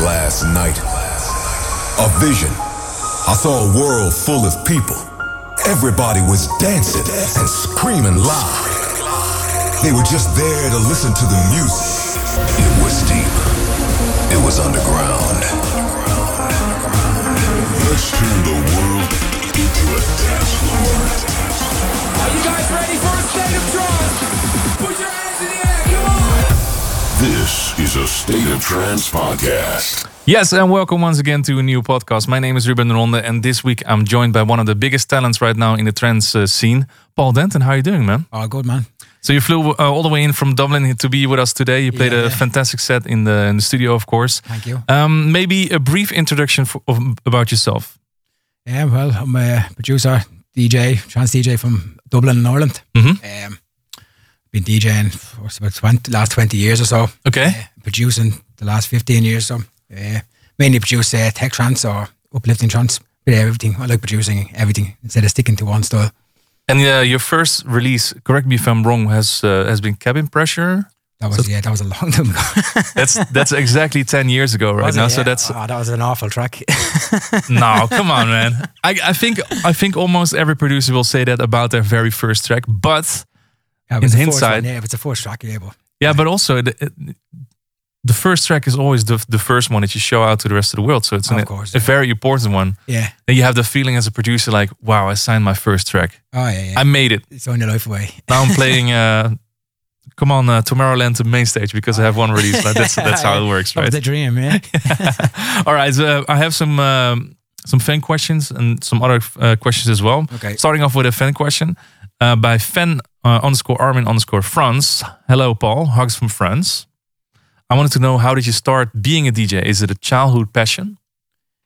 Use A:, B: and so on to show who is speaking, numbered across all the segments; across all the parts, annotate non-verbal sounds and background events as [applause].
A: last night. A vision. I saw a world full of people. Everybody was dancing and screaming loud. They were just there to listen to the music.
B: It was deep. It was underground. Let's turn the world into a dance floor.
C: Are you guys ready for a state of trance? Put your hands in the air, come on!
B: This is a State of Trance podcast.
D: Yes, and welcome once again to a new podcast. My name is Ruben Ronde, and this week I'm joined by one of the biggest talents right now in the trance uh, scene, Paul Denton. How are you doing, man?
E: Oh, good man.
D: So you flew uh, all the way in from Dublin to be with us today. You played a
E: Yeah.
D: fantastic set in the, in the studio, of course.
E: Thank you.
D: Um, maybe a brief introduction for, of, about yourself.
E: Yeah, well, I'm a producer, DJ, trans DJ from Dublin and Ireland. Mm-hmm. Um, been DJing for about 20, last twenty years or so.
D: Okay.
E: Uh, producing the last fifteen years or so. Uh, mainly produce uh, tech trance or uplifting trance. But everything. I like producing everything instead of sticking to one style.
D: And uh, your first release, correct me if I'm wrong, has uh, has been Cabin Pressure.
E: That was yeah, that was a long time ago.
D: That's that's exactly ten years ago [laughs] right
E: Was it?
D: now. So
E: Yeah.
D: that's
E: oh, that was an awful track. [laughs]
D: No, come on, man. I, I think I think almost every producer will say that about their very first track. But
E: Yeah, it was
D: In
E: a forced
D: hindsight-
E: one, yeah, it was a forced track. Yeah, but
D: yeah, but also the, the first track is always the the first one that you show out to the rest of the world. So it's an,
E: Of course,
D: a
E: yeah.
D: very important one.
E: yeah.
D: And you have the feeling as a producer, like, wow, I signed my first track.
E: Oh yeah, yeah.
D: I made it.
E: it's on your life away.
D: Now I'm
E: [laughs]
D: playing. Uh, Come on, uh, Tomorrowland to main stage because I have one release. Like, that's
E: [laughs]
D: that's how it works,
E: That
D: right?
E: was the dream, yeah.
D: All right, so uh, I have some um, some fan questions and some other uh, questions as well.
E: Okay.
D: Starting off with a fan question uh, by fan uh, underscore Armin underscore France. Hello, Paul. Hugs from France. I wanted to know how did you start being a DJ? Is it a childhood passion?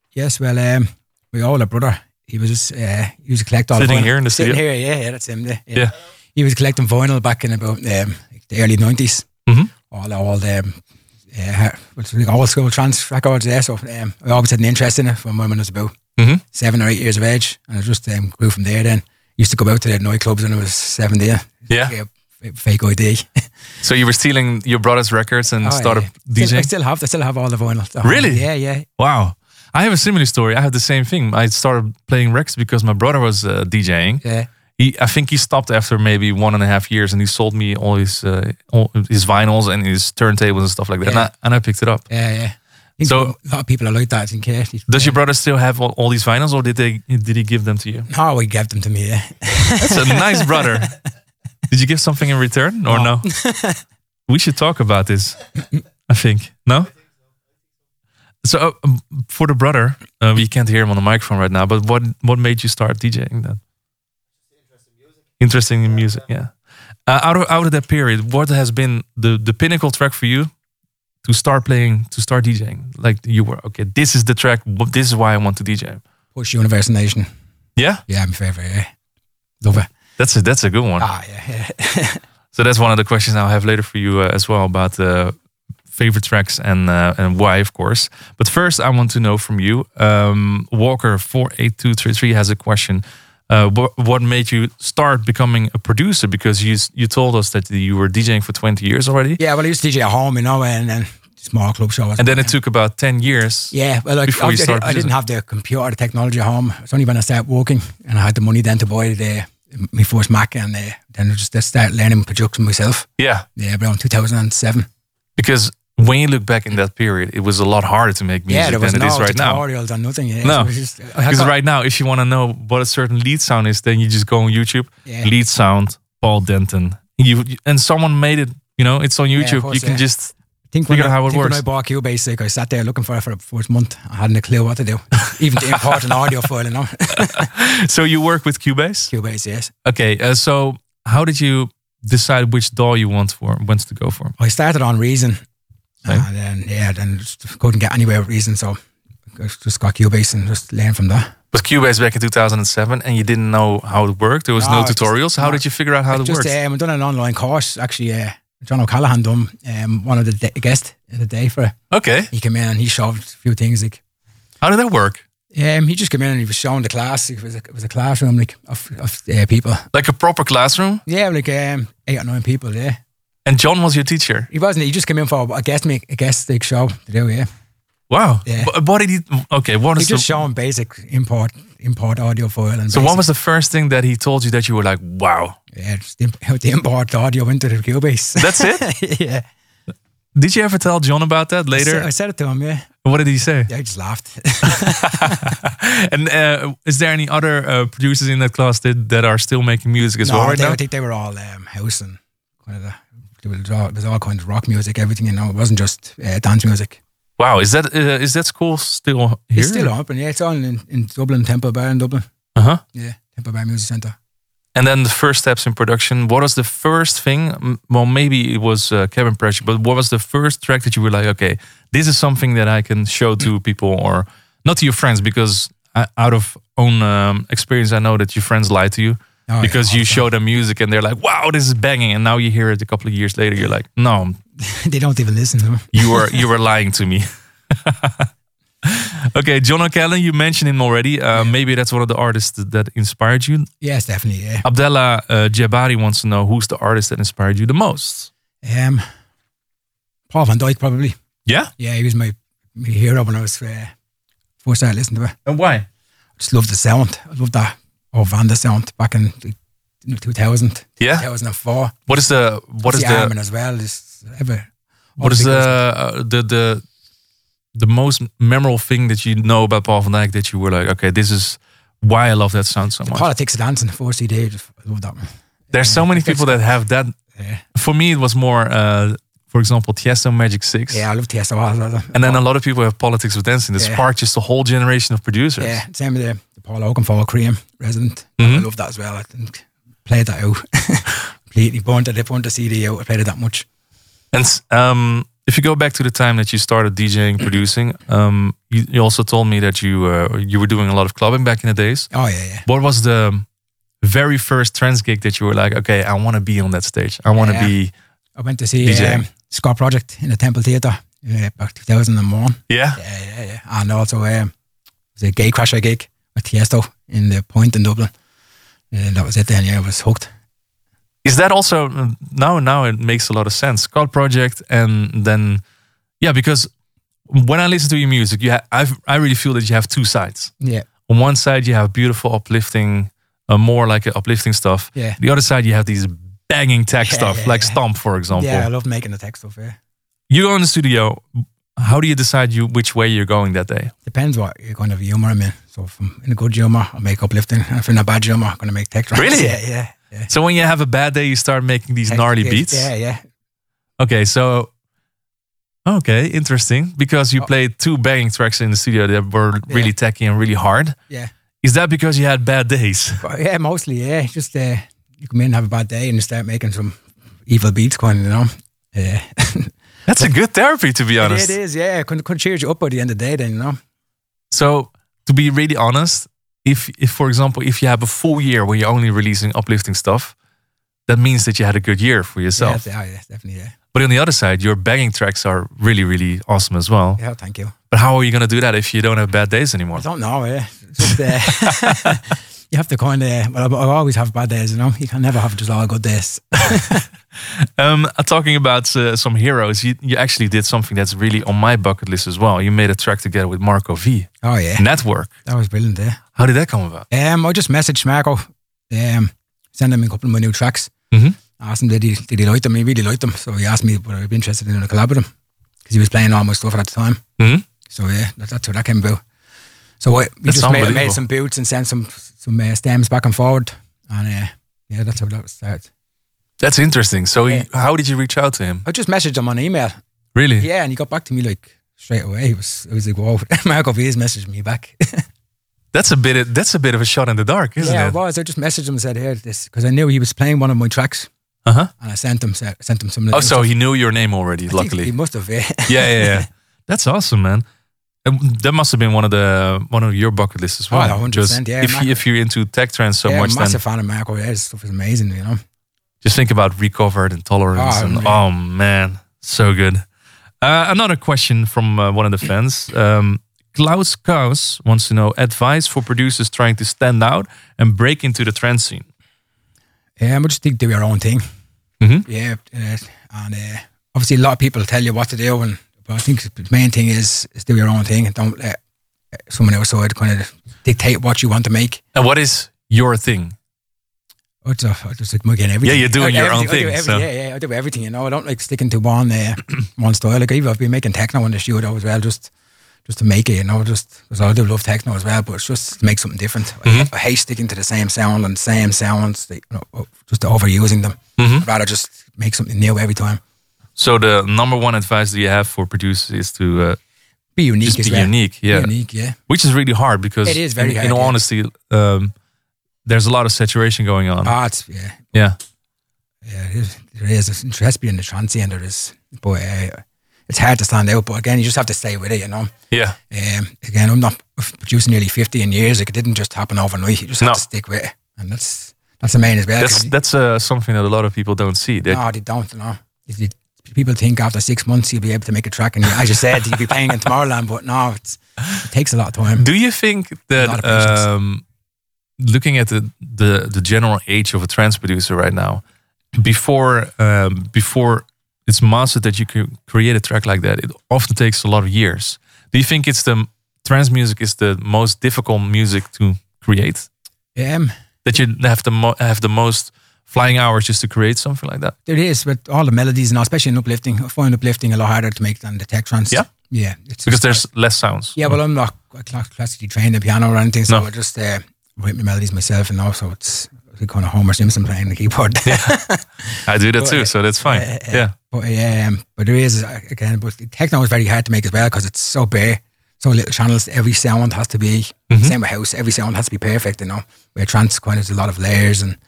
E: Yes, well, um, we all a brother. He was just, uh, he was collecting all
D: Sitting
E: vinyl.
D: here in the
E: sitting
D: studio?
E: here, yeah, yeah, that's him. Yeah.
D: Yeah.
E: he was collecting vinyl back in about um, like the early 90s
D: Mhm.
E: All all the um, uh, what's it like old school trance records there. So um, I always had an interest in it from when I was about
D: Mhm.
E: seven or eight years of age, and I just um, grew from there. Then used to go out to the nightclubs when I was seventeen.
D: Yeah.
E: Like a f- fake ID.
D: So you were stealing your brother's records and
E: Oh,
D: started
E: yeah. Still, I
D: DJing.
E: still have, I still have all the vinyl. The whole-
D: Really?
E: Yeah, yeah.
D: Wow. I have a similar story. I have the same thing. I started playing records because my brother was uh, DJing.
E: Yeah.
D: He, I think he stopped after maybe one and a half years, and he sold me all his uh, all his vinyls and his turntables and stuff like that. And,
E: Yeah.
D: I, and I picked it up.
E: Yeah, yeah. I think
D: So-
E: a lot of people are like that in care.
D: Does your brother still have all, all these vinyls, or did they did he give them to you?
E: No, he gave them to me. Yeah.
D: That's a nice brother. [laughs] Did you give something in return or no? [laughs] we should talk about this. I think no. So uh, for the brother, uh, you can't hear him on the microphone right now. But what what made you start DJing then? Interesting in music, yeah. Uh, out of out of that period, what has been the the pinnacle track for you to start playing to start DJing? Like you were okay. This is the track. wh- This is why I want to DJ.
E: Push Universe Nation.
D: Yeah,
E: Yeah, my favorite. Yeah. Love it.
D: that's a that's a good one.
E: Ah, yeah, yeah.
D: So that's one of the questions I'll have later for you uh, as well about uh, favorite tracks and uh, and why, of course. But first, I want to know from you, um, Walker four eight two three three has a question. Uh, wh- what made you start becoming a producer? Because you s- you told us that you were DJing for twenty years already,
E: Yeah, well, I used to DJ at home, you know, and then small club shows.
D: and then it took about ten years.
E: yeah, well,
D: Before
E: like,
D: you
E: obviously I,
D: started
E: didn't- I
D: producing.
E: didn't have the computer, the technology at home. It's only when I started working and I had the money then to buy the my first Mac, and uh, then I just started learning production myself.
D: yeah.
E: Yeah, around 2007.
D: Because when you look back in that period, it was a lot harder to make music
E: yeah, there was
D: than
E: no
D: it is right now.
E: tutorials or nothing. Yeah,
D: No.
E: so it was just- I
D: Because
E: got-
D: right now, if you want to know what a certain lead sound is, then you just go on YouTube,
E: Yeah.
D: lead sound, Paul Denton. You and someone made it. You know, it's on
E: of
D: YouTube.
E: course,
D: you can
E: yeah.
D: just [laughs]
E: think when,
D: Figure
E: I,
D: out how it
E: think when
D: works.
E: I bought Cubase, like, I sat there looking for it for the first month. I hadn't a clue what
D: [laughs]
E: to do, even to import an audio file, you know.
D: so you work with Cubase.
E: Cubase, yes.
D: Okay, uh, so how did you decide which doll you want for, wants to go for?
E: I started on Reason,
D: Okay.
E: and then yeah, then just couldn't get anywhere with Reason, so I just got Cubase and just learned from that.
D: Was Cubase back in 2007, and you didn't know how it worked? There was no,
E: No, I just-
D: tutorials. how
E: no.
D: did you figure out how it
E: just
D: worked?
E: um, I done an online course actually. Uh, John O'Callaghan done um, one of the de- guests of the day for it.
D: okay,
E: He came in and he showed a few things like.
D: how did that work?
E: Um, he just came in and he was showing the class. It was a, it was a classroom like of, of uh, people.
D: Like a proper classroom?
E: Yeah, like um, eight or nine people. Yeah,
D: And John was your teacher.
E: er he wasn't. He just came in for a guest, make a guest like show to do. Yeah,
D: Wow.
E: Yeah.
D: Wh- What did he? Okay. What
E: He
D: is the,
E: er just showing basic import import audio file and
D: so? What
E: basic-
D: was the first thing that he told you that you were like, wow?
E: yeah, er just the, imp- how to import the audio er into the [laughs] Cubase.
D: That's it.
E: yeah.
D: [laughs] did you ever tell John about that
E: I said,
D: later?
E: I said it to him. Yeah,
D: What did he say?
E: yeah. I just [laughs] laughed.
D: [laughs] And uh, is there any other uh, producers in that class that, that are still making music as
E: no,
D: well right
E: they,
D: now?
E: I think they were all um, house and kind of the, it was all, it was all kinds of rock music, everything. You know, it wasn't just uh, dance music.
D: wow. Is that uh, is that school still here?
E: It's still open. Yeah, it's on in, in Dublin, Temple Bar in Dublin.
D: Uh huh.
E: Yeah, Temple Bar Music Centre.
D: And then the first steps in production. What was the first thing? m- Well, maybe it was uh, cabin pressure, but what was the first track that you were like, okay, this is something that I can show to
E: Mm.
D: people or not to your friends because I, out of own um, experience, I know that your friends lie to you
E: Oh, yeah,
D: because
E: all
D: you
E: the
D: show them music and they're like, wow, this is banging, and now you hear it a couple of years later, you're like, no,
E: they don't even listen to them.
D: you were you were lying to me. [laughs] okay, John O'Callaghan, you mentioned him already. Uh, maybe that's one of the artists that inspired you.
E: Yes, definitely. Yeah.
D: Abdallah uh, Jabari wants to know who's the artist that inspired you the most.
E: Um, Paul Van Dyke probably.
D: Yeah,
E: Yeah, he was my, my hero when I was uh, first started listening to it.
D: and why?
E: just love the sound. I love that Oh Vanda sound back in the- in 2000,
D: Yeah,
E: 2004.
D: what is the what is
E: the
D: the
E: Armin as well? Just ever.
D: what is the uh, the the the most memorable thing that you know about Paul Van Dyk that you were like, okay, this is why I love that sound so much.
E: politics of dancing? Four CD. Just I love that one.
D: There's so many people that have that.
E: Yeah,
D: For me, it was more, uh, for example, Tiesto Magic Six.
E: yeah, I love TSO. I love that.
D: And then a lot of people have politics with dancing. That
E: Yeah.
D: sparked just a whole generation of producers.
E: yeah, same with the, the Paul Oakenfold Cream Resident. I
D: Mm-hmm.
E: love that as well. I think played that out [laughs] completely. Burned it. Burned the CD out. I played it that much.
D: And s- um, if you go back to the time that you started DJing, producing, um, you, you also told me that you uh, you were doing a lot of clubbing back in the days.
E: Oh yeah, yeah.
D: What was the very first trance gig that you were like, okay, I want to be on that stage. I want to
E: Yeah.
D: be,
E: I went to see
D: DJ.
E: um, Scott Project in the Temple Theatre uh, back 2001.
D: yeah.
E: Yeah, yeah, yeah. And also, um, it was a gay crasher gig with Tiesto in the Point in Dublin. Øh, And that was it then, yeah, I was er hooked.
D: Is that also mm, now? Now it makes a lot of sense. Scott Project, and then yeah, because when I listen to your music, you ha- I've, I really feel that you have two sides.
E: Yeah.
D: on one side you have beautiful uplifting uh, more like uplifting stuff
E: Yeah.
D: the other side you have these banging tech
E: Yeah,
D: stuff
E: yeah,
D: like
E: yeah.
D: stomp for example
E: Yeah, I love making the text stuff, yeah.
D: you go in the studio how do you decide you which way you're going that day
E: Depends what you're going to be humour, I mean. So if I'm in a good humour, I'll make uplifting. And if in a bad humour, I'm going to make text.
D: Really?
E: Yeah, yeah. yeah.
D: so when you have a bad day you start making these
E: Text
D: gnarly
E: gigs,
D: beats
E: Yeah, yeah.
D: okay so okay interesting because you
E: Oh.
D: played two banging tracks in the studio that were really techy and really hard
E: Yeah.
D: is that because you had bad days [laughs]
E: But yeah, mostly, yeah. Just uh, you come in, have a bad day, and you start making some evil beats going, you know. Yeah.
D: that's a good therapy to be
E: [laughs]
D: honest
E: it is, yeah. It could, could cheer you up by the end of the day, then, you know.
D: So to be really honest, if if for example, if you have a full year where you're only releasing uplifting stuff, that means that you had a good year for
E: Yeah,
D: yourself.
E: yeah, yeah, er, definitely, yeah.
D: But on the other side, your banging tracks are really, really awesome as well.
E: Yeah, thank you.
D: But how are you gonna do that if you don't have bad days anymore?
E: I don't know. Yeah, just uh, [laughs] you have to kind of. Well, I, I always have bad days. You know, you can never have just all good days.
D: Um, uh, talking about uh, some heroes, you, you actually did something that's really on my bucket list as well. You made a track together with Marco V.
E: Oh yeah,
D: Network.
E: that was brilliant. Yeah.
D: How did that come about?
E: Um, I just messaged Marco, um, sent him a couple of my new tracks.
D: Mhm.
E: Asked him did he did he like them? He really liked them, so he asked me would I be interested in a collab with him because he was playing all my stuff at the time.
D: Mhm.
E: So yeah, that, that's what that came about. So I, we
D: That's
E: just made,
D: unbelievable.
E: made some boots and sent some some uh, stems back and forward, and uh, yeah, that's how that started.
D: That's interesting. So he-
E: Yeah.
D: how did you reach out to him?
E: I just messaged him on email.
D: Really?
E: Yeah, and he got back to me like straight away. It was it was like, [laughs] wow, Marco V's messaged me back. [laughs]
D: That's a bit. That's a bit of a shot in the dark, isn't
E: yeah,
D: it?
E: it was. I just messaged him and said, here, this, because I knew he was playing one of my tracks.
D: Uh huh.
E: And I sent him se- sent him some.
D: Oh,
E: [laughs]
D: so he knew your name already,
E: I think
D: luckily.
E: He must have, yeah.
D: yeah, yeah, yeah. That's awesome, man. And That must have been one of the one of your bucket lists as well.
E: Oh, 100%,
D: Just
E: yeah,
D: if
E: man.
D: you, if you're into tech trends [laughs] so
E: yeah,
D: much, then
E: massive fan of Marco. Yeah, his stuff is amazing, you know.
D: just think about recovered and tolerance.
E: Oh,
D: and
E: man.
D: oh man, so good. Uh, another question from uh, one of the fans. Um, Klaus Kaus wants to know advice for producers trying to stand out and break into the trend scene.
E: Yeah, but just think do your own thing.
D: Mhm.
E: Yeah, uh, and uh, obviously a lot of people tell you what to do, and but But I think the main thing is, is do your own thing and don't let someone outside kind of dictate what you want to make.
D: And what is your thing?
E: I just, Oh, I just like mugging everything.
D: Yeah, you're doing
E: I-
D: your own
E: everything- I do
D: thing,
E: everything,
D: so-
E: Yeah, yeah, I do everything. You know, I don't like sticking to one uh, [clears throat] one style. Like even I've been making techno in the studio as well, just just to make it. You know, just because I do love techno as well, but it's just to make something different.
D: Mm-hmm.
E: I, I hate sticking to the same sound and same sounds. Like, you know, just overusing them.
D: Mm-hmm.
E: I'd rather just make something new every time.
D: So the number one advice that you have for producers is to, uh,
E: Be unique
D: Just
E: as
D: be
E: well.
D: unique, yeah.
E: Be unique, yeah.
D: which is really hard because
E: It is very
D: in,
E: hard,
D: in all
E: yeah.
D: honesty, um, there's a lot of saturation going on.
E: Arts, yeah.
D: yeah.
E: Yeah, it is. There is. It's interesting in the transient. There is, but uh, it's hard to stand out. But again, you just have to stay with it. You know.
D: Yeah.
E: Um, again, I'm not I've produced nearly 15 years. Like, it didn't just happen overnight. You just
D: No.
E: have to stick with it, and that's that's the main as well.
D: That's
E: 'cause
D: that's uh, something that a lot of people don't see. That
E: no, they don't. No, If you- people think after six months you'll be able to make a track, and you, as you said, you'll be playing in Tomorrowland. But no, it's, it takes a lot of time.
D: Do you think
E: lot
D: that
E: of patience.
D: um, looking at the, the the general age of a trans producer right now, before um, before it's mastered that you can create a track like that, it often takes a lot of years. Do you think it's the trans music is the most difficult music to create?
E: Um,
D: That you have the mo- have the most flying hours just to create something like that?
E: there is, but all the melodies, and especially in uplifting, I find uplifting a lot harder to make than the tech trance.
D: Yeah?
E: yeah, it's
D: Because
E: just-
D: there's less sounds.
E: Yeah, well, I'm not a cla- classically trained in piano or anything, so
D: No.
E: I just uh, write my melodies myself, and also it's like kind of Homer Simpson playing the keyboard. [laughs]
D: I do that
E: eh,
D: too, so that's fine. Yeah.
E: but um, but there is uh, again, but the techno is very hard to make as well because it's so bare, so little channels. Every sound has to be
D: Mm-hmm.
E: same with house. Every sound has to be perfect, you know. Where trance kind of there's a lot of layers and.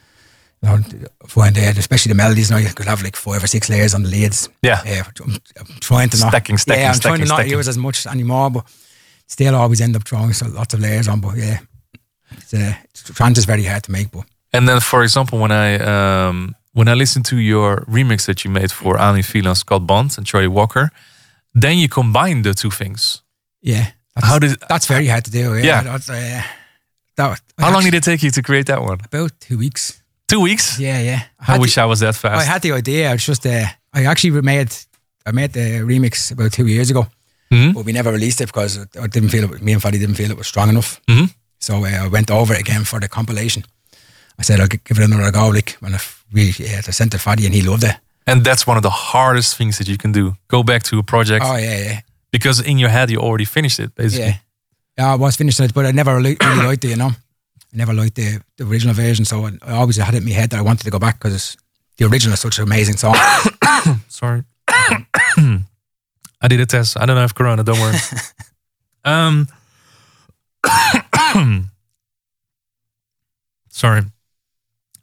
E: You know, find there, especially the melodies. Now you could have like five or six layers on the leads.
D: Yeah.
E: yeah. which I'm, I'm trying to not
D: Stacking, stacking,
E: Yeah,
D: stacking,
E: I'm trying to not
D: stacking.
E: use as much anymore, but still always end up throwing so lots of layers on. But yeah, it's, uh, trance is very hard to make. But
D: And then, for example, when I um, when I listened to your remix that you made for Ani Phelan, Scott Bond, and Charlie Walker, then you combine the two things.
E: yeah, that's,
D: How did
E: that's very hard to do. Yeah,
D: Yeah.
E: That's, uh, that,
D: how long did it take you to create that one?
E: about two weeks?
D: Two weeks.
E: Yeah, yeah. I,
D: I
E: had
D: wish
E: the,
D: I was that fast.
E: I had the idea. It's just uh, I actually made I made the remix about two years ago,
D: Mm-hmm.
E: but we never released it because I didn't feel it, me and Fadi didn't feel it was strong enough. Mm-hmm. So uh, I went over it again for the compilation. I said I'll gi- give it another go. Like when I f- we yeah, I sent it to Fadi and he loved it.
D: and that's one of the hardest things that you can do. Go back to a project
E: Oh yeah, yeah,
D: because in your head you already finished it. Basically,
E: yeah. Yeah, I was finishing it, but I never really, really liked it. You know, I never liked the, the original version. So I, I always had it in my head that I wanted to go back because the original is such an
D: [coughs]
E: amazing song.
D: sorry. [coughs] I did a test. I don't have corona. Don't
E: [laughs]
D: worry. um. [coughs] sorry,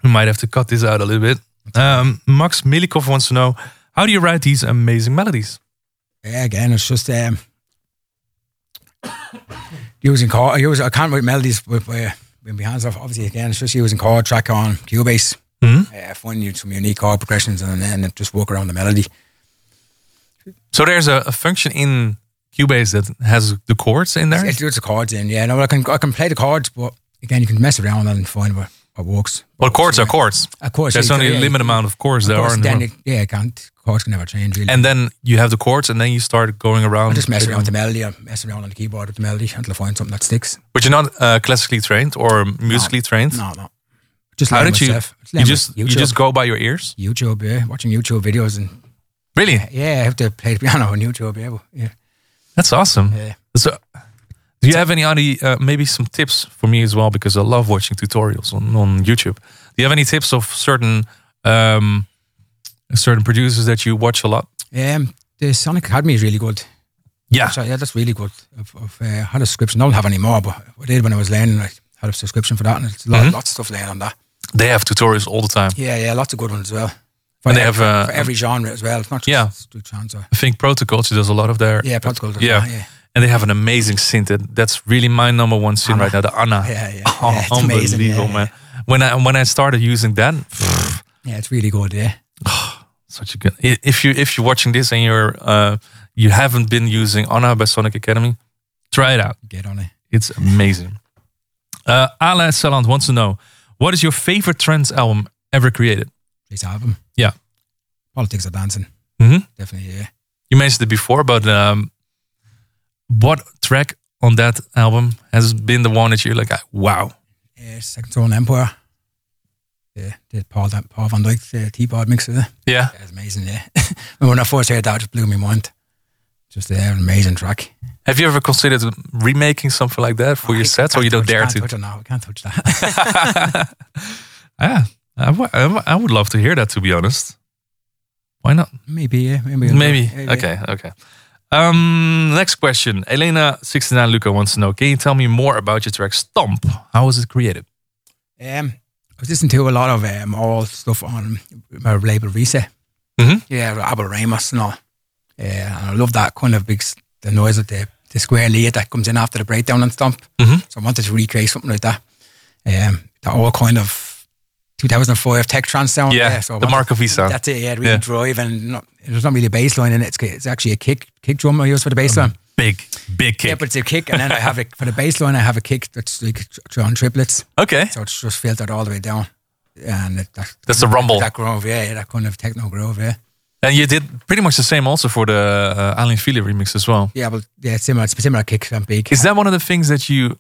D: we might have to cut this out a little bit. Um, Max Milikov wants to know how do you write these amazing melodies?
E: Yeah, again, it's just um, using chord. I use I can't write melodies with uh, with my hands off. Obviously, again, it's just using chord track on Cubase.
D: Hmm?
E: Mm-hmm. Uh, finding you some unique chord progressions and then just work around the melody.
D: So there's a, a function in Cubase that has the chords in there.
E: It's loads of chords in. Yeah, no, I can I can play the chords, but again, you can mess around and find what, what works.
D: Well, chords are chords.
E: Of course,
D: There's
E: yeah,
D: only
E: yeah,
D: a
E: yeah.
D: limited amount of chords there are.
E: Chords,
D: In the
E: then
D: world.
E: it- yeah, I can't. Chords can never change really. er
D: and then you have the chords, and then you start going around.
E: I just mess around with the melody. I mess around on the keyboard with the melody until I find something that sticks.
D: But you're not uh, classically trained or musically trained.
E: No, no. Just
D: How
E: learn
D: did you?
E: myself.
D: You
E: learn
D: just you
E: myself.
D: just go by your ears.
E: YouTube, yeah, watching YouTube videos and
D: Really?
E: yeah, I have to play the piano on YouTube. Yeah, but- yeah.
D: That's awesome.
E: Yeah.
D: So, do you have any other uh, maybe some tips for me as well? Because I love watching tutorials on, on YouTube. Do you have any tips of certain um, certain producers that you watch a lot?
E: Um, the Sonic Academy is really good.
D: Yeah,
E: So, yeah, that's really good. I've, I've uh, had a subscription. I don't have any more, but I did when I was learning. I had a subscription for that, and it's a
D: Mm-hmm.
E: lot, lots of stuff learning on that.
D: they have tutorials all the time.
E: Yeah, yeah, lots of good ones as well. For
D: And they
E: ev-
D: have, uh,
E: for every genre as well. It's not just
D: Yeah.
E: street trance or
D: I think Protoculture does a lot of their
E: yeah, practical.
D: yeah.
E: yeah,
D: And they have an amazing synth. that- That's really my number one synth right now, the Anna. [laughs]
E: Yeah, yeah.
D: Oh,
E: Yeah, it's
D: unbelievable,
E: er amazing, yeah,
D: man. When I when I started using that,
E: yeah, it's er really good. Yeah,
D: such a good. i- If you if you're watching this and you're uh, you haven't been using Anna by Sonic Academy, try it out.
E: get on it.
D: It's amazing. Uh, Ala Saland wants to know what is your favorite trance album ever created?
E: This album,
D: Yeah,
E: politics of dancing,
D: Mhm.
E: definitely. Yeah,
D: you mentioned it before, but um, what track on that album has been the one that you're like, wow?
E: Yeah, Second Throne Empire. The, the Paul, Paul Van Dyke uh, keyboard mixer. there.
D: Yeah.
E: Yeah, it's er amazing, [laughs] yeah. when I first heard that, it just blew me mind. Just uh, an amazing track.
D: Have you ever considered remaking something like that for your sets, or you don't
E: Touch-
D: dare
E: can't
D: to?
E: Touch it now. I can't touch that.
D: Yeah, Ah, I w- I w- I would love to hear that. To be honest, why not?
E: [laughs] maybe, yeah. Maybe.
D: Maybe.
E: Yeah, yeah.
D: Okay. Okay. Um, next question. Elena sixty nine Luca wants to know: Can you tell me more about your track "Stomp"? How was it created?
E: Um, I was listening to a lot of um, old stuff on my label Reset.
D: Mhm.
E: Yeah, Albert Ramos and all. Yeah, and I love that kind of big s- the noise of the, the square lead that comes in after the breakdown and stomp.
D: Mhm.
E: So I wanted to recreate something like that. Um, that all kind of 2005 tech trance sound.
D: Yeah,
E: so I
D: the
E: wanted-
D: Marco V sound.
E: That's it. Yeah, really
D: Yeah.
E: drive and not, there's not really a bass line in it. It's, it's actually a kick kick drum I use for the bass line.
D: Big, big
E: Yeah,
D: Um, kick.
E: but it's a kick, and then I have it for the bass line. I have a kick that's like tr- on triplets.
D: okay.
E: So it's just filtered all the way down. And it, that,
D: That's the rumble.
E: That groove, yeah, yeah, that kind of techno groove, yeah.
D: And you did pretty much the same also for the uh, Alain Philippe remix as well.
E: Yeah, but yeah, similar, it's similar kicks and big.
D: Is that one of the things that you,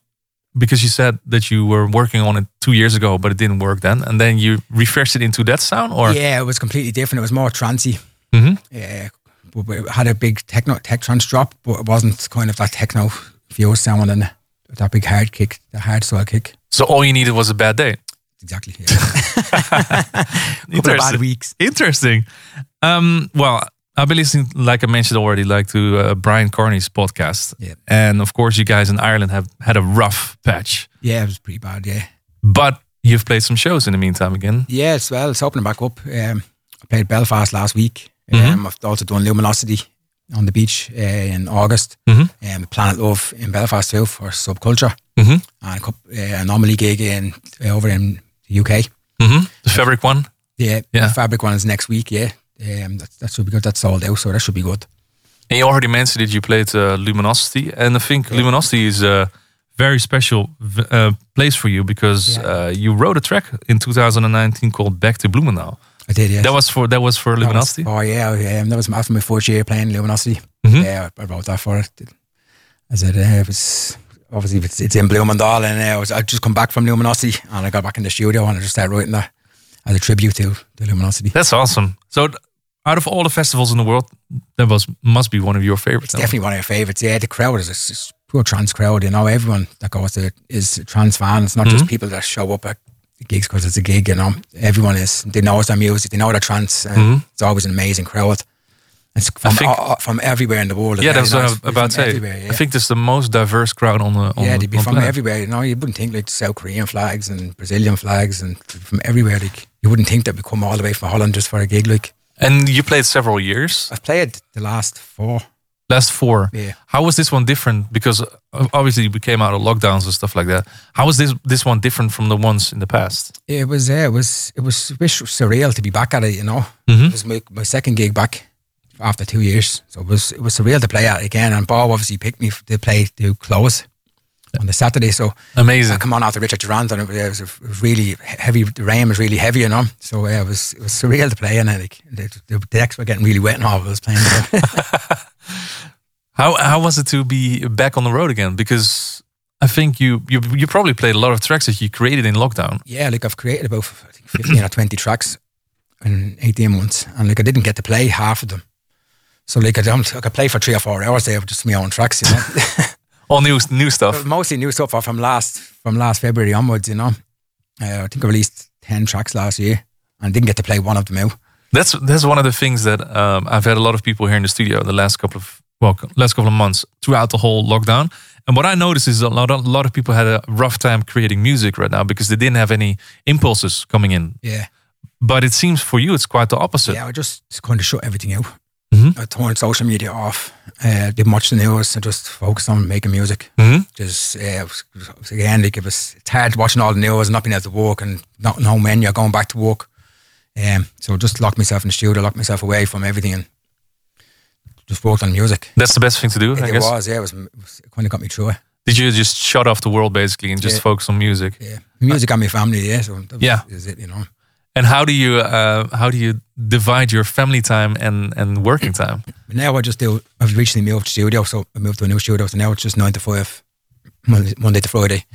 D: because you said that you were working on it two years ago, but it didn't work then, and then you refreshed it into that sound, or
E: yeah, it was completely different. It was more trancey.
D: Mhm.
E: Yeah, but we had a big techno tech trance drop, but it wasn't kind of that techno feel sound and that big hard kick, the hard soil kick.
D: so all you needed was a bad day.
E: Exactly.
D: [laughs]
E: Yeah. Couple of bad
D: Interesting.
E: weeks.
D: Interesting. Um, well, I've been listening, like I mentioned already, like to uh, Brian Carney's podcast,
E: Yeah.
D: and of course, you guys in Ireland have had a rough patch,
E: Yeah, it was pretty bad. Yeah.
D: but you've played some shows in the meantime again.
E: Yeah, as well. It's opening back up. Um, I played Belfast last week. Um,
D: Mhm.
E: I've also done Luminosity on the beach uh, in August.
D: Mhm.
E: Um, Planet Love in Belfast too for Subculture.
D: Mhm.
E: And a couple, uh, Anomaly gig in, uh, over in the UK.
D: hmm The Fabric one.
E: Yeah,
D: Yeah.
E: The Fabric one is er next week, yeah. Um, that, that should be good. That's sold out, so that should be good.
D: And you already mentioned that you played uh, Luminosity, and I think Luminosity is a very special v- uh, place for you because
E: Yeah.
D: uh, you wrote a track in 2019 called "Back to Blumenau."
E: I did, yeah.
D: That was for that was for
E: That was-
D: Luminosity.
E: Oh yeah, yeah. That was after my first year playing Luminosity. Yeah, I wrote that for it. I said uh, it was obviously it's, it's in Bloomendal, and uh, I, was, I just come back from Luminosity, and I got back in the studio, and I just started writing that as a tribute to the Luminosity.
D: That's awesome. So, th- out of all the festivals in the world, that was must be one of your favorites.
E: It's
D: then.
E: definitely one of my favorites. Yeah, the crowd is a s- s- pure trans crowd. You know, everyone that goes there is a trans fan. It's not
D: Mm-hmm.
E: just people that show up at the gigs because it's a gig. You know, everyone is. They know it's their music. They know their trance. And It's always an amazing crowd. It's from
D: Mm-hmm. think-
E: a- a- from everywhere in the world.
D: yeah, that's
E: You
D: what
E: know,
D: I was
E: it's
D: about to
E: from
D: say.
E: everywhere, yeah.
D: I think this is the most diverse crowd on the on
E: Yeah,
D: the,
E: they'd be
D: on
E: from
D: planet.
E: everywhere. You know, you wouldn't think like South Korean flags and Brazilian flags and from everywhere. Like you wouldn't think that we come all the way from Holland just for a gig. Like
D: And you played several years.
E: I've played the last four.
D: Last four.
E: Yeah.
D: How was this one different? Because uh, obviously we came out of lockdowns and stuff like that. How was this this one different from the ones in the past?
E: It was yeah, it was it was a bit surreal to be back at it. You know, it was my, my second gig back after two years, so it was it was surreal to play at it again. And Bob obviously picked me f- to play to close on the Saturday, so I
D: Amazing.
E: come on after Richard Durant, and it was, it was a- it was really heavy. The rain was really heavy, you know. So yeah, it was it was surreal to play, and I, like the, the decks were getting really wet and all. I was playing. So.
D: How how was it to be back on the road again? Because I think you you you probably played a lot of tracks that you created in lockdown.
E: yeah, like I've created about I think, fifteen or twenty tracks in eighteen months, and like I didn't get to play half of them. So like I don't, I could play for three or four hours there with just my own tracks, you know.
D: All new new stuff.
E: But mostly new stuff are from last from last February onwards, you know. Uh, I think I released ten tracks last year, and didn't get to play one of them out.
D: That's that's one of the things that um, I've had a lot of people here in the studio the last couple of well c- last couple of months throughout the whole lockdown. And what I noticed is a lot a lot of people had a rough time creating music right now because they didn't have any impulses coming in.
E: Yeah.
D: But it seems for you it's quite the opposite.
E: Yeah, I just kind of shut everything out.
D: Mhm.
E: I turned social media off, uh, didn't watch the news, and just focused on making music.
D: Mhm.
E: Just uh, it was- it was- again, like it was it's hard watching all the news and not being able to work and not knowing when you're going back to work. Um, so just locked myself in the studio, locked myself away from everything, and just worked on music.
D: That's the best thing to do, I
E: it
D: guess.
E: was, yeah, it was, it was kind of got me through it.
D: Did you just shut off the world basically and just
E: Yeah.
D: focus on music?
E: Yeah, music and my family, yeah. So that was,
D: Yeah.
E: is it, you know.
D: And how do you uh, how do you divide your family time and and working time?
E: But now I just do. I've recently moved studio, so I moved to a new studio. So now it's just nine to five, Monday, Monday to Friday.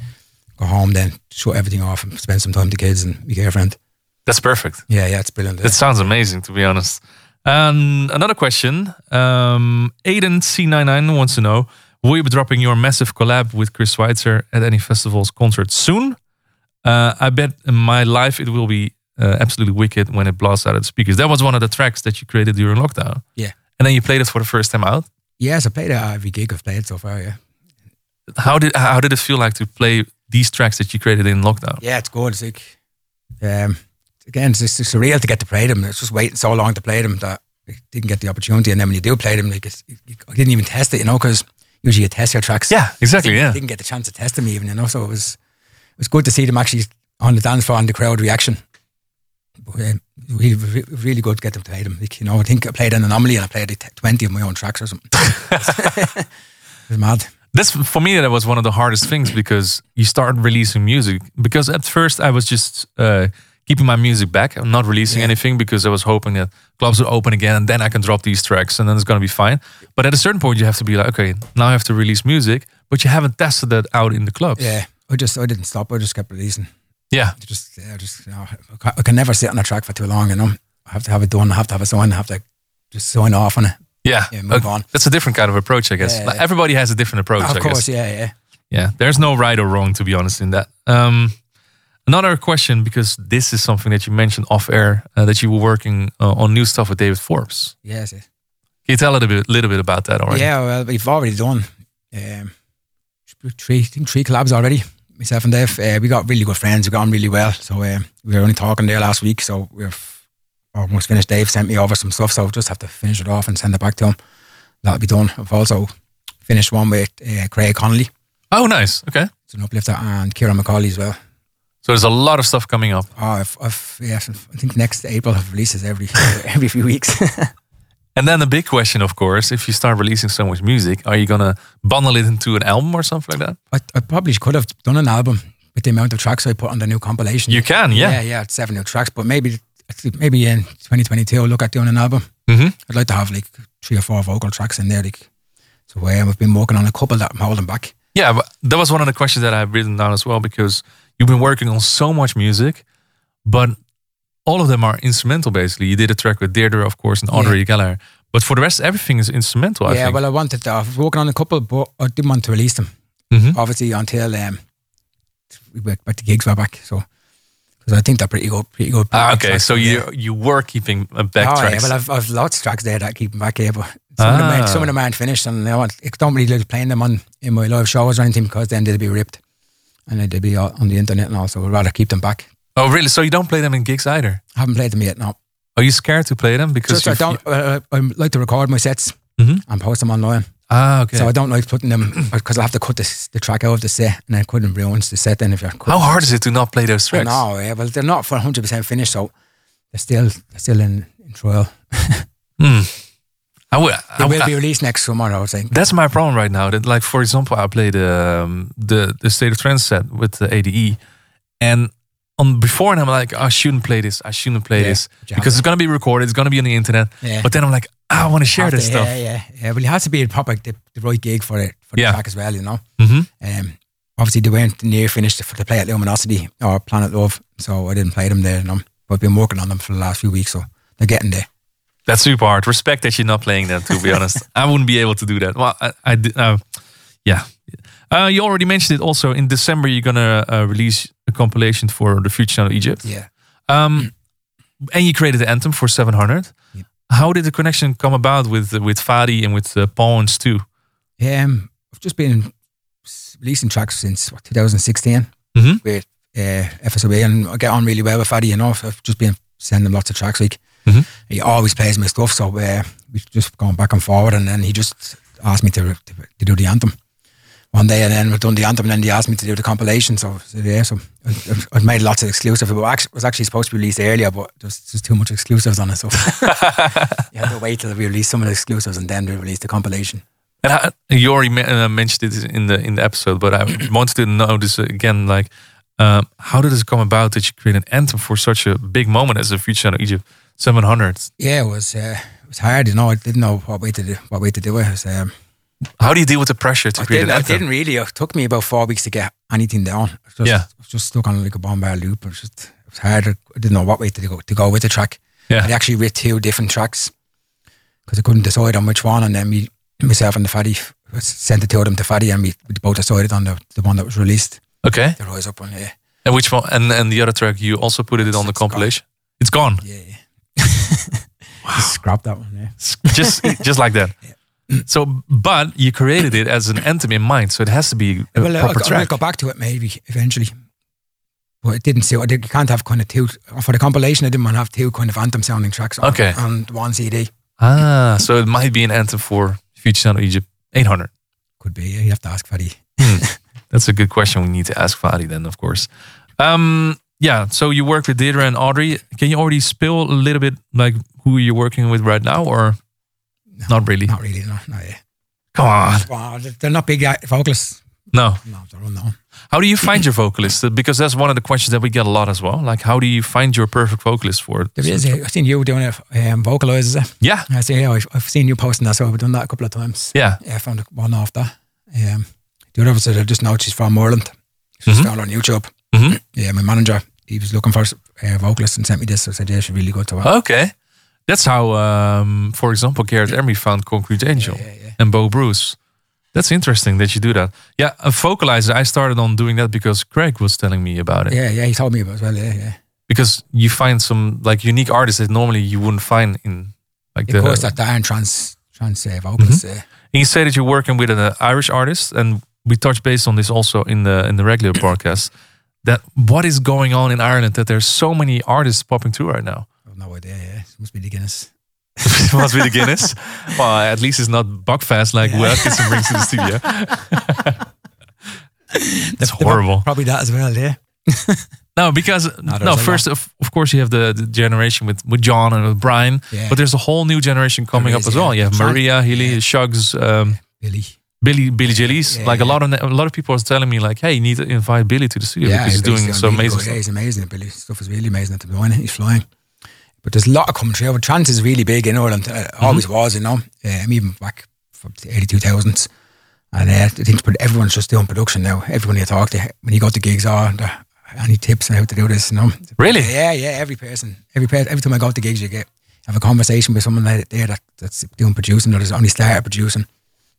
E: Go home, then shut everything off and spend some time with the kids and my girlfriend.
D: That's perfect.
E: Yeah, yeah, it's brilliant.
D: That sounds amazing, to be honest. Um, another question. Um, Aiden C99 wants to know Will you be dropping your massive collab with Chris Schweitzer at any festivals concert soon? Uh, I bet in my life it will be uh, absolutely wicked when it blasts out of the speakers. That was one of the tracks that you created during lockdown.
E: Yeah.
D: And then you played it for the first time out.
E: Yes, I played at every gig I've played so far. Yeah,
D: How did how did it feel like to play these tracks that you created in lockdown?
E: yeah, it's good. It's like, um, again, it's just surreal to get to play them. It's just waiting so long to play them that I didn't get the opportunity. And then when you do play them, like it's, I didn't even test it, you know, because usually you test your tracks.
D: exactly.
E: didn't,
D: Yeah.
E: didn't get the chance to test them even, you know. So it was it was good to see them actually on the dance floor and the crowd reaction. But, um, really, re- really good to get them to play them. Like, you know, I think I played an anomaly and I played like, t- twenty of my own tracks or
D: [laughs]
E: something. [laughs] it was mad.
D: that's for me that was one of the hardest things because you start releasing music because at first i was just uh, keeping my music back i'm not releasing anything because i was hoping that clubs would open again and then i can drop these tracks and then it's going to be fine but at a certain point you have to be like okay now i have to release music but you haven't tested that out in the clubs
E: Yeah, I just I didn't stop. I just kept releasing.
D: yeah
E: I Just yeah, I just you know, I ca- I can never sit on a track for too long. You know, I have to have it done. I have to have it signed. I have to just sign off on it.
D: yeah,
E: Yeah, move
D: Uh,
E: on.
D: that's a different kind of approach i guess
E: Yeah,
D: Like,
E: yeah.
D: everybody has a different approach
E: of
D: i guess
E: course, yeah, yeah.
D: Yeah, there's no right or wrong to be honest in that. Um, another question because this is something that you mentioned off air uh, that you were working uh, on new stuff with David Forbes.
E: Yes, yes.
D: Can you tell a little bit, little bit about that already?
E: Yeah, well, we've already done um, three, I think three collabs already. Myself and Dave, uh, we got really good friends. We got on really well. So uh, we were only talking there last week. So we've almost finished. Dave sent me over some stuff, so just have to finish it off and send it back to him. That'll be done. I've also finished one with uh, Craig Connolly,
D: Oh, nice. Okay.
E: it's an uplifter, and Kieran McCauley as well.
D: So there's a lot of stuff coming up.
E: Oh, I've, I've, yeah, I think next April I've releases every [laughs] every few weeks. [laughs]
D: And then the big question, of course, if you start releasing so much music, are you going to bundle it into an album or something like that?
E: I, I probably could have done an album with the amount of tracks I put on the new compilation.
D: You can, yeah.
E: yeah, it's seven new tracks, but maybe maybe in 2022 I'll look at doing an album.
D: Mhm.
E: I'd like to have like three or four vocal tracks in there. Like, so where I've been working on a couple that I'm holding back.
D: Yeah, but that was one of the questions that I've written down as well because you've been working on so much music, but all of them are instrumental basically. You did a track with Deirdre, of course, and Audrey Geller, but for the rest, everything is instrumental. I
E: yeah,
D: think.
E: well, I wanted to. I was working on a couple, but I didn't want to release them.
D: Mhm.
E: Obviously, until um, we were, but the gigs were back, so because I think they're pretty good, pretty good.
D: Ah, okay,
E: tracks,
D: so
E: yeah.
D: you you were keeping uh, back
E: oh,
D: tracks.
E: Yeah, well, I've, I've lots of tracks there that I keep back here, but some, of, them
D: Ah.
E: aren't, some of them aren't finished, and I want- I don't really like playing them on in my live shows or anything because then they'll be ripped and they'll be all on the internet and all. So I'd rather keep them back.
D: oh, really? So you don't play them in gigs either?
E: I haven't played them yet. No,
D: Are you scared to play them because
E: just I
D: you've-
E: don't. Uh, I like to record my sets
D: Mhm.
E: and post them online,
D: Ah, okay.
E: so I don't like putting them [clears throat] because I have to cut this, the track out of the set, and I couldn't ruin the set. Then if you're
D: How hard is it to not play those tracks?
E: No, yeah, well, they're not for 100 percent finished, so they're still they're still in, in trial.
D: I will.
E: They
D: I,
E: will
D: I-
E: be released next summer, I would think.
D: that's my problem right now. That like, for example, I played um, the the State of Trends set with the ADE, and on before, and I'm like, I shouldn't play this. I shouldn't play
E: Yeah,
D: this
E: but you have
D: because it's gonna be recorded. It's gonna be on the internet.
E: Yeah.
D: But then I'm like, I want to share
E: have
D: this
E: to-
D: stuff.
E: Yeah, yeah, yeah. Well, it has to be a proper the, the right gig for it for er
D: Yeah.
E: the track as well, you know.
D: Mhm.
E: Um, obviously they weren't near finished for the play at Luminosity or Planet Love, so I didn't play them there. You know, but I've been working on them for the last few weeks, so they're getting there.
D: That's super hard. Respect that you're not playing that.
E: [laughs]
D: To be honest, I wouldn't be able to do that. Well, I, I di- uh, yeah. Uh, you already mentioned it. Also, in December, you're gonna uh, release a compilation for the Future Sound of Egypt,
E: Yeah.
D: um, and you created the anthem for 700. How did the connection come about with with Fadi and with uh, Paul and Stu?
E: Um, I've just been s- releasing tracks since what, 2016
D: Mhm.
E: with uh, FSOB, and I get on really well with Faddy. You know, so I've just been sending him lots of tracks. Like
D: Mhm.
E: he always plays my stuff, so uh, we just going back and forward. And then he just asked me to, to to do the anthem one day, and then we've done the anthem. And then he asked me to do the compilation. So, so yeah, so I- I've, I've made lots of exclusive. It was act- was actually supposed to be released earlier, but there's just too much exclusives on it. So you have to wait till we release some of the exclusives, and then we release the compilation.
D: And [clears throat] I, you already me- uh, mentioned it in the in the episode, but I wanted to know this again. Like, Um, how did this come about that you create an anthem for such a big moment as the Future Sound of Egypt 700?
E: Yeah, it was uh, it was hard. You know, I didn't know what way to do, what way to do it. It was, um,
D: How do you deal with the pressure to
E: I
D: create
E: didn't,
D: an
E: I
D: anthem?
E: didn't really. It took me about four weeks to get anything down. I was just,
D: Yeah.
E: I was just stuck on like a bombard loop. It was just it was hard. I didn't know what way to go to go with the track.
D: Yeah.
E: I actually wrote two different tracks because I couldn't decide on which one. And then me, myself and the Fatty f- sent it to them to Fatty, and we, we both decided on the, the one that was released,
D: Okay.
E: the Rise Up one. Yeah,
D: And which one? And and the other track you also put it on the
E: It's gone.
D: compilation. It's gone.
E: yeah, yeah. [laughs] Just scrap that one. Yeah.
D: S- [laughs] Just just like that. So, but you created it as an anthem in mind, so it has to be a
E: well, uh, I'll,
D: proper
E: go- I'll
D: track.
E: go back to it maybe eventually. But it didn't suit. I did, you can't have kind of two for the compilation. I didn't want to have two kind of anthem sounding tracks. On,
D: Okay.
E: on one CD
D: Ah, so it might be an anthem for Future Sound of Egypt 800.
E: could be. You have to ask Freddy.
D: That's a good question. We need to ask Fadi then, of course. Um, yeah. So you work with Deirdre and Audrey. Can you already spill a little bit like who you're working with right now, or not really?
E: [laughs] Not really. No, no. Yeah.
D: Come on.
E: Well, they're they're not big uh, vocalists.
D: No.
E: No, they're unknown.
D: How do you find your vocalist? Because that's one of the questions that we get a lot as well. Like, how do you find your perfect vocalist for? it?
E: There is. uh, I've seen you doing it. Um, vocalizers. uh,
D: Yeah.
E: I see. Yeah, I've, I've seen you posting that. So I've done that a couple of times.
D: Yeah.
E: Yeah, I found one after. Um, the other was that I just know she's from Ireland. She's
D: Mm-hmm.
E: found on YouTube.
D: Mhm.
E: Yeah, my manager, he was looking for a vocalist and sent me this. So I said, yeah, she's really good. So I-
D: Okay. That's how, um, for example, Garrett Emery found Concrete Angel and Bo Bruce. That's interesting that you do that. Yeah, a vocalizer. I started on doing that because Craig was telling me about it.
E: yeah, yeah, he told me about it as well. Yeah, yeah.
D: Because you find some like unique artists that normally you wouldn't find in like
E: Of course,
D: the.
E: that Diane trans trans uh, vocalist. uh,
D: And you say that you're working with an uh, Irish artist, and we touched base on this also in the in the regular [coughs] podcast. That what is going on in Ireland that there's so many artists popping through right now.
E: I've no idea. Yeah, it must be the Guinness.
D: [laughs] must be the Guinness. Well, at least it's not Buckfast like yeah. Wilkinson brings to the [laughs] studio. That's horrible.
E: Probably that as well. Yeah.
D: No, because no,
E: there's a lot.
D: first of, of course you have the, the generation with, with John and with Brian,
E: Yeah.
D: but there's a whole new generation coming
E: There
D: up
E: is,
D: as
E: yeah.
D: well. You have
E: John-
D: Maria, Healy,
E: yeah.
D: Shugs, um,
E: Billy.
D: Billy, Billy Gillies.
E: Yeah,
D: like a
E: yeah.
D: lot of a lot of people are telling me like, hey, you need to invite Billy to the studio because he's doing
E: basically
D: so
E: on Billy
D: amazing.
E: goes,
D: stuff.
E: Yeah, he's amazing. Billy stuff is really amazing at the moment. He's flying. But there's a lot of coming through. But Trans is really big in Ireland. Uh,
D: Mm-hmm.
E: Always was, you know. Um, even back from the early 2000s. And uh, I think but everyone's just doing production now. Everyone you talk to, when you go to gigs, oh, and, uh, any tips on how to do this, you know. [laughs]
D: Really?
E: Yeah, yeah. Every person, every person, every time I go to gigs, you get have a conversation with someone like there that, that's doing producing or has only started producing.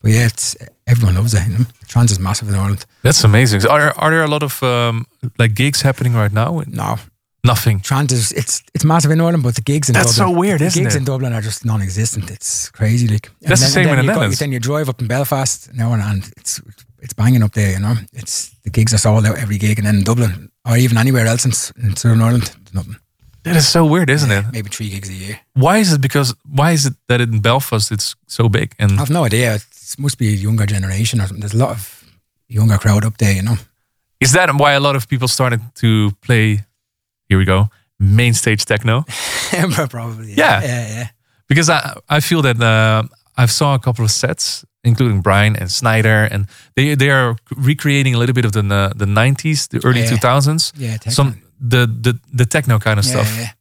E: But yeah, it's, everyone loves it. You know? Trans is massive in Ireland.
D: That's amazing. So are are there a lot of um, like gigs happening right now?
E: No,
D: Nothing.
E: Trant is it's it's massive in Ireland, but the gigs in
D: That's
E: Dublin,
D: so weird,
E: the
D: isn't
E: gigs
D: it?
E: in Dublin are just non-existent. It's crazy. Like and
D: That's the same in the
E: you go-
D: Netherlands.
E: then you drive up in Belfast now and, and it's it's banging up there. You know, it's the gigs are sold out every gig, and then in Dublin or even anywhere else in, s- in Southern Ireland, nothing.
D: That is so weird, isn't it?
E: Maybe three gigs a year.
D: Why is it? Because why is it that in Belfast it's so big and
E: I've no idea. It must be a younger generation or something. There's a lot of younger crowd up there. You know, [laughs]
D: Is that why a lot of people started to play? Here we go, main stage techno.
E: probably.
D: Yeah.
E: yeah, yeah.
D: Because I I feel that uh, I've saw a couple of sets, including Brian and Snyder, and they they are recreating a little bit of the uh, the nineties, the early
E: Yeah.
D: two thousands.
E: Yeah, techno.
D: some the the the techno kind of stuff.
E: Yeah, yeah.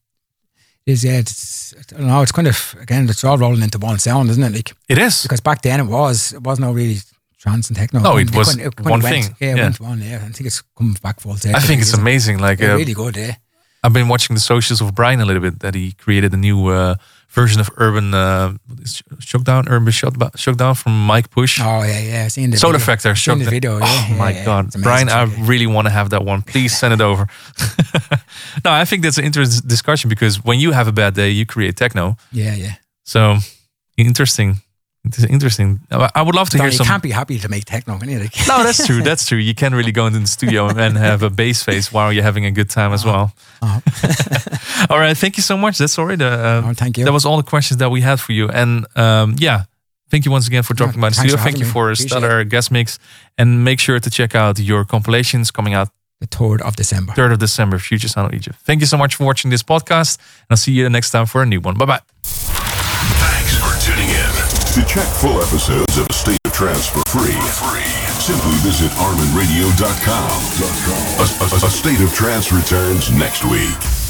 E: It is, yeah, it's, I don't know, it's kind of, again, it's all rolling into one sound, isn't it? Like,
D: It is.
E: because back then it was it was not really trance and techno.
D: No, it
E: They
D: was
E: couldn't- couldn't
D: one
E: went-
D: thing,
E: Yeah, it
D: yeah.
E: went one. Yeah, I think it's come back full circle.
D: I think it's
E: isn't it?
D: amazing. Like
E: Yeah,
D: uh,
E: really good. Yeah,
D: I've been watching the socials of Brian a little bit that he created a new uh, version of Urban uh, what is it? Shockdown, Urban Shockdown Shockdown from Mike Push.
E: oh yeah, yeah. I've seen the
D: Solar
E: video.
D: Factor.
E: I've seen
D: shocked
E: the
D: it.
E: video.
D: Oh
E: yeah,
D: my
E: yeah, yeah.
D: god,
E: It's amazing,
D: Brian! I
E: yeah.
D: really want to have that one. Please send it over. [laughs] no, I think that's an interesting discussion because when you have a bad day, you create techno.
E: yeah, yeah.
D: So interesting. It's interesting. I I would love to
E: Donnie,
D: hear
E: you
D: some.
E: can't be happy to make techno, can you?
D: [laughs]
E: Like,
D: no, that's true. That's true. You can really go into the studio and have a bass face while you're having a good time as well.
E: Uh-huh.
D: [laughs] all right. Thank you so much. That's all right. Uh,
E: [laughs] Oh, Uh-huh. thank you.
D: That was all the questions that we had for you. And um, yeah, thank you once again for dropping by the
E: thanks
D: studio.
E: for
D: Thank
E: having
D: you
E: me.
D: for a
E: Appreciate
D: stellar guest mix. And make sure to check out your compilations coming out
E: the third of December.
D: 3rd of December, Future Sound of Egypt. Thank you so much for watching this podcast. And I'll see you next time for a new one. Bye bye.
B: Thanks for tuning in.
A: To check full episodes of
B: State of trance for free. Simply visit arminradio.com. A, a, a state of trance returns next week.